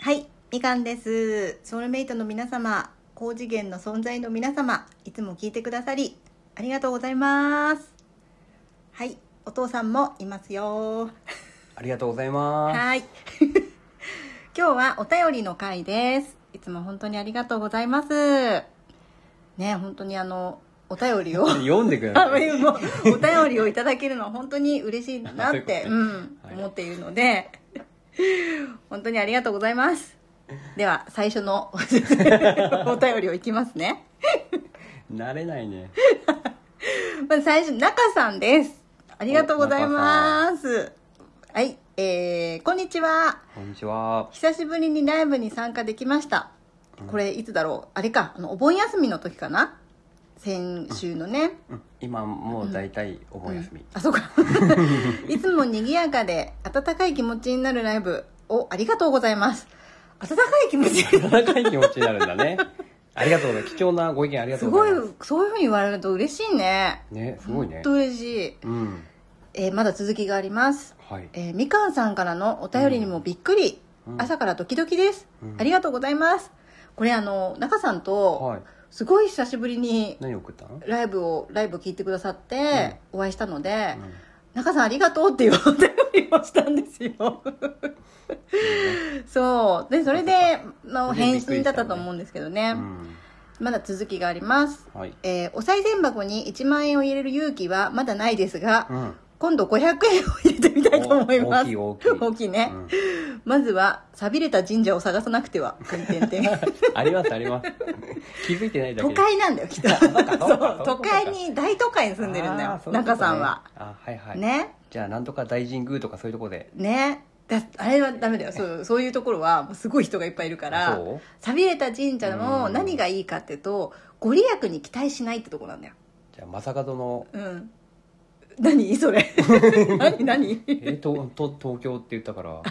はい、みかんです。ソウルメイトの皆様、高次元の存在の皆様、いつも聞いてくださり、ありがとうございます。はい、お父さんもいますよ。ありがとうございまはい。 今日はお便りの回です。いつも本当にありがとうございます。ね、本当にあの、お便 りを。す。読んでくだあさい。もうお便りをいただけるのは本当に嬉しいなって、そういうことねうんはい思っているので本当にありがとうございますでは最初の お便りをいきますね慣れないね。まず最初中さんですありがとうございますはいえー、こんにちはこんにちは。久しぶりにライブに参加できましたこれいつだろうあれかあのお盆休みの時かな先週のね、うん今もう大体お盆休み。 あそうかいつも賑やかで温かい気持ちになるライブをありがとうございます温かい気持ち温かい気持ちになるんだね。ありがとうございます。貴重なご意見ありがとすうごございいます。そういうふうに言われると嬉しいねね、すごいほねんと。嬉しい、うん。えーまだ続きがあります、はい。えーみかんさんからのお便りにもびっくり、うん朝からドキドキです、うんありがとうございますこれあの中さんはとい。すごい久しぶりに何送ったの、うん、ライブをライブ聞いてくださってお会いしたので、中さんありがとうっていうお便りをしたんですよそうでそれでのそれでび返っくり信しだたっのねたと思うんですけどねうん。まだ続きがあります、はい。えーお賽銭箱に1万円を入れる勇気はまだないですが、うん。今度500円を入れてみたいと思いますお大きい大きい 大きいね、まずは寂れた神社を探さなくてはてんてん てんありますあります。気づいてないだ都けで。会なんだよきっとそうかそうか都会に大都会に住んでるんだあよーそういうこと中さんはね、あ、はいはい。ねじゃあ、なんとか大神宮とかそういうとこで。ねだあれはダメだよそうそういうところはもうすごい人がいっぱいいるからそう寂れた神社のうん何がいいかっていうとご利益に期待しないってとこなんだよじゃあ、正門の、うん何そ れ何何えー、とと東京って言った から。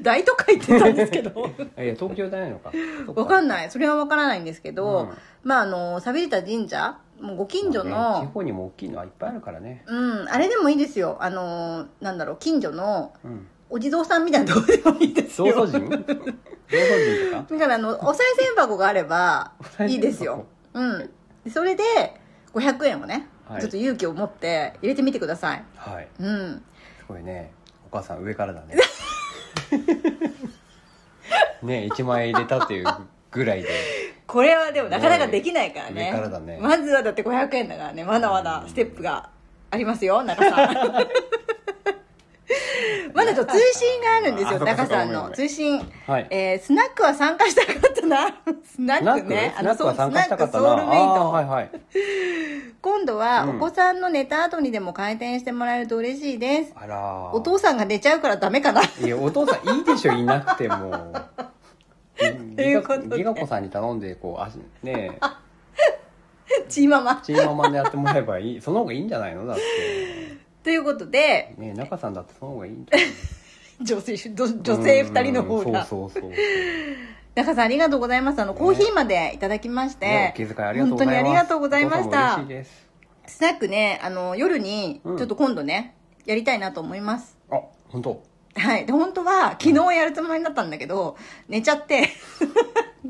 大都会って言ったんですけ どいや東京じゃないのかわかんないないそれはわからないんですけど、うんまああの寂れた神社もうご近所地の方にも大きいのはいっぱいあるからねうんあれでもいいですよあのなんだろう近所のうんお地蔵さんみたいなとこでもいいです 道祖よ神道祖神とかだからあのお賽銭箱があればお賽銭箱いいですよ、うん、でそれで500円をね、はいちょっと勇気を持って入れてみてください、はいうん、すごいねお母さん上か らだねね1万円入れたっていうぐらいでこれはでもなかなかできないからね上からだねまずはだって500円だからねまだまだステップがありますよ中 さんまだちょっと追伸があるんですあよそっか中そっかさんごめんごのめん追伸はいえースナックは参加したかったなスナスナッッククねスナックは参加したかったソなウルメイトあーはいはい今度はうおん子さんの寝た後にでも回転してもらえると嬉しいです、あらお父さんが寝ちゃうからダメかな いやお父さんいいでしょいなくてもと いうことでギガ子さんに頼んでこうあねチーママチーママでやってもらえばいいその方がいいんじゃないのだってということでね中さんだってその方がいいんじゃない女性 女性2人の方がうんそうそうそう中さんありがとうございますあのコーヒーまでいただきまして、ねお気遣いありがと本うご当ざにあいますりがとうございましお父さんもた嬉しいですスナックねあの夜にちうょんっと今度ね、やりたいなと思いますあ本当はいで本当は昨日やるつもりだったんだけど寝ちゃって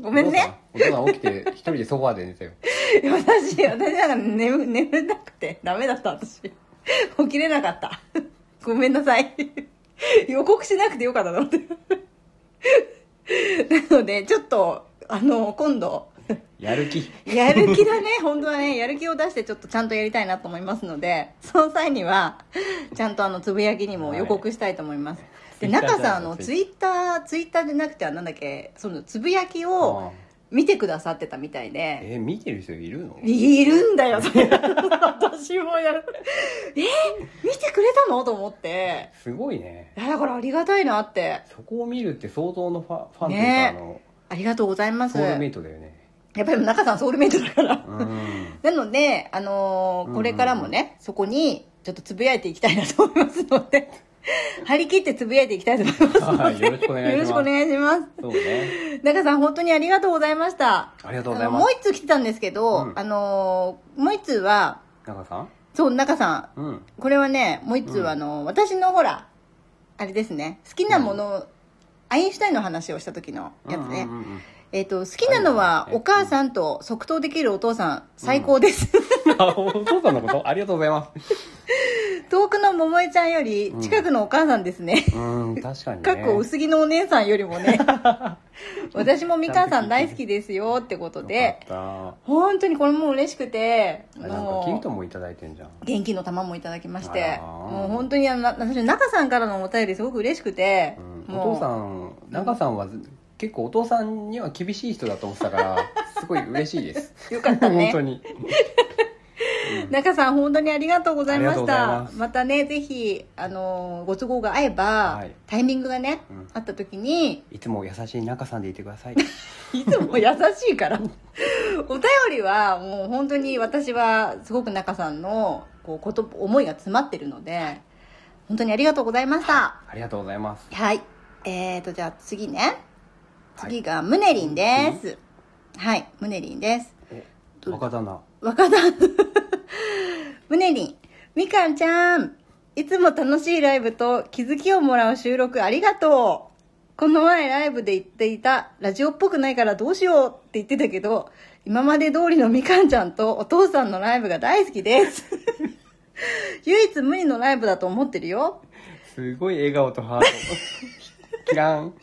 ごめんねお父さんお父さん起きて一人でソファーで寝てたよ 私私なんか眠眠たくてダメだった私 起きれなかった ごめんなさい 予告しなくてよかったと思って なのでちょっとあの今度やる気やる気だね 本当はねやる気を出してちょっとちゃんとやりたいなと思いますのでその際にはちゃんとあのつぶやきにも予告したいと思います、で Twitter 中さんあのじゃないツイッターツイッターでなくてはなんだっけそのつぶやきをあ見てくださってたみたいでえ見てる人いるのいるんだよ、それ 私もやる。え見てくれたのと思って。すごいねいやだからありがたいなって。そこを見るって相当のファファンというかねあのありがとうございます。ソウルメイやトだよねっぱり中さんソウルメイトだから。うんなので、あのーうんこれからもね、そこにちょっとつぶやいていきたいなと思いますので、張り切ってつぶやいていきたいと思います。はいよろしくお願いよしますろしくお願いしまそうねす。中さん本当にありがとうございました。ありがとうございあのまもうす一通来てたんですけど、うんあのーもう一通は、中さんそう、中さん、うんこれはねもう一通うんあの、私のほらあれですね好きなもの、アインシュタインの話をした時のやつね、うんうんうんうんえっと好きなのははいはいお母さんと即答できるお父さん最高です、あお父さんのことありがとうございます。 遠くの桃江ちゃんより近くのお母さんですね、う ん、確かにね。かっこ薄着のお姉さんよりも ね私もみかんさん大好きですよってことよでかっ本当にこれもう嬉しくてた。あなんかギフトもうもいただいてんじゃん。元気の玉もいただきましあてらーもう本当にあのな私中さんからのお便りすごく嬉しくて、うん、もうお父さん中さんは結構お父さんには厳しい人だと思ってたからすごい嬉しいです よかったね 本当に中さん本当にありがとうございましありがとうござたいまますたねぜひあのご都合が合えば、はいタイミングがね、うんあった時にいつも優しい中さんでいてくださいいつも優しいから お便りはもう本当に私はすごく中さんのこうこと思いが詰まってるので本当にありがとうございましたありがとうございますはいえーとじゃあ次ねはい次がムネリンですはいムネリンですお若旦那若旦むねりんみかんちゃんいつも楽しいライブと気づきをもらう収録ありがとうこの前ライブで言っていたラジオっぽくないからどうしようって言ってたけど今まで通りのみかんちゃんとお父さんのライブが大好きです唯一無二のライブだと思ってるよすごい笑顔とハート キラン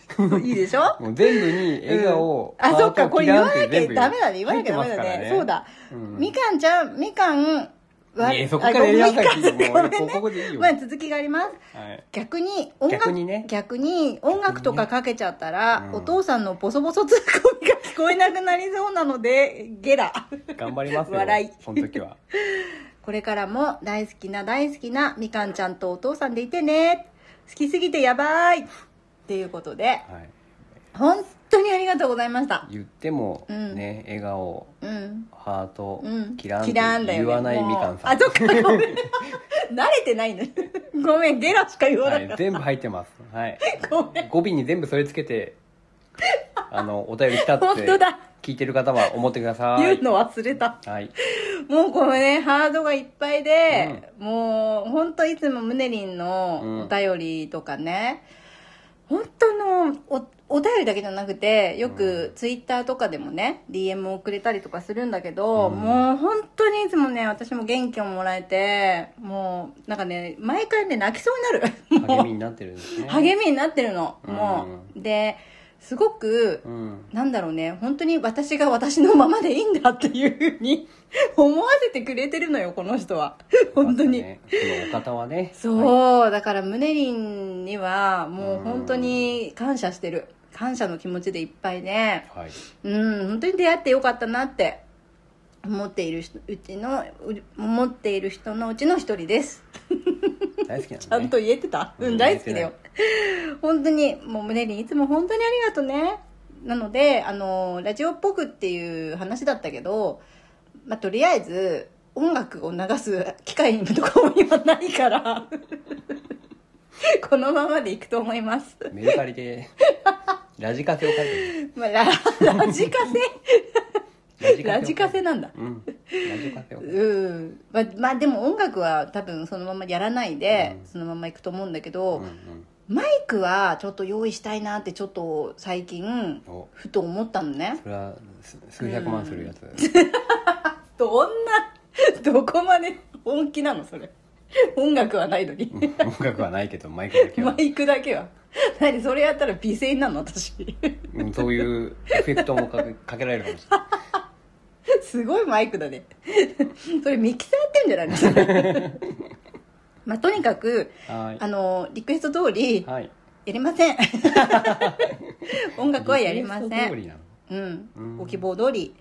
いいでしょもう全部に笑顔、うんあそっかこれ言わなきゃダメだだね言わなきゃダメだねそうだ、うんみかんちゃんみかんはねえそこからやりなさいあごめんみかんもうごめんねここでいいよまあ続きがありますはい、逆に音楽逆にね逆に音楽とかかけちゃったら、うんお父さんのボソボソツッコミが聞こえなくなりそうなのでゲラ頑張りますよ笑いその時はこれからも大好きな大好きなみかんちゃんとお父さんでいてね好きすぎてやばいっていうことではい本当にありがとうございました言ってもうんね、笑顔うんハート、うんキランキランだよね言わないみかんさもうあんそっかごめん 慣れてないの にごめんゲラしか言わなはかいっ、た、全部入ってます。はい。 ごめん語尾に全部それつけて、あの、お便り来たっ本て当だ、聞いてる方は思ってください。言うの忘れたはい。もうこのね、ハードがいっぱいで、もう、ほんといつもムネリンのお便りとかね、本当のお、お便りだけじゃなくて、よくツイッターとかでもね、DM をくれたりとかするんだけど、うんもう本当にいつもね、私も元気をもらえて、もう、なんかね、毎回ね、泣きそうになる。励みになってるんですね。励みになってるの、もう。で、すごく、うん。なんだろうね、本当に私が私のままでいいんだっていうふうに 思わせてくれてるのよ、この人は。本当に。よかったねそのお方はね。はいそう、だからムネリンにはもう本当に感謝してる。感謝の気持ちでいっぱいで、はい。うん、本当に出会ってよかったなって思っている人うちの、う思っている人のうちの一人です。大好きなんで、ね。ちゃんと言えてたうんうん、大好きだよ言。本当に、もう胸にいつも本当にありがとうね。なので、あの、ラジオっぽくっていう話だったけど、まあ、とりあえず、音楽を流す機会とかも今ないから、 このままでいくと思います。メルカリで、ラジカセを書いてる。まあ、ララジカセ ラをジカセなんだ。うん。ラジカセを。うんまあ、まあでも音楽は多分そのままやらないで、うんそのままいくと思うんだけど、うんうん。マイクはちょっと用意したいなってちょっと最近おふと思ったのねそれは、す数百万するやつ。 どんな どこまで本気なのそれ音楽はないのにうん音楽はないけど、マイクだけマは。イクだけは何それやったら美声になるの私 うんそういうエフェクトもかけかけられるかもしれない。すごいマイクだねそれミキサーやってんじゃないのそれ まあとにかく はいあのリクエスト通りはい。やりま せん音楽はやりませリクエスト通んりなのうんうんご希望通り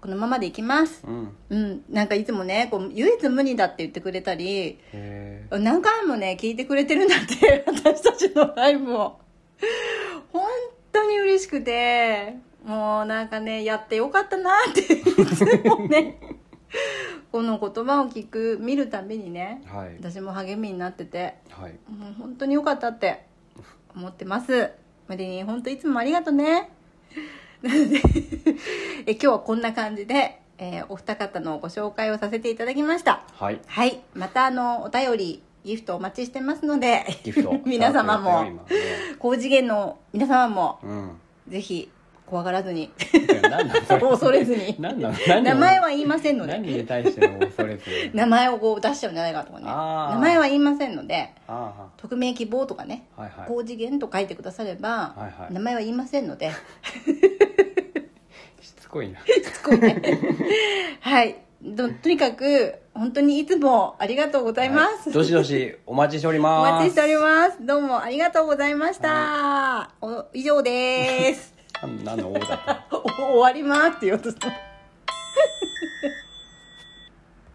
このままでいきますうん。うん、なんかいつもねこう唯一無二だって言ってくれたりへ何回もね聞いてくれてるんだって 私たちのライブを本当に嬉しくてもうなんかねやってよかったなっていつもねこの言葉を聞く見るたびにねえ。はい。私も励みになっててはい。もう本当によかったって思ってますマリリン本当いつもありがとねなので え今日はこんな感じで、えーお二方のご紹介をさせていただきましたはい。はいまたあのお便りギフトお待ちしてますのでギフト 皆様やっもてるよ今ね高次元の皆様もうんぜひ怖がらずに何なのそれ恐れずに 何なの何を名前は言いませんので何に対しての恐れず名前をこう出しちゃうんじゃないかとかねあー名前は言いませんのであ匿名希望とかねあはいはい高次元と書いてくだされば、はいはい名前は言いませんのでしつこいな はいどとにかく本当にいつもありがとうございます、はどしどしお待ちしておりおます待ちしておりますどうもありがとうございました、お以上です 何の王だったお終わりますって言おうとした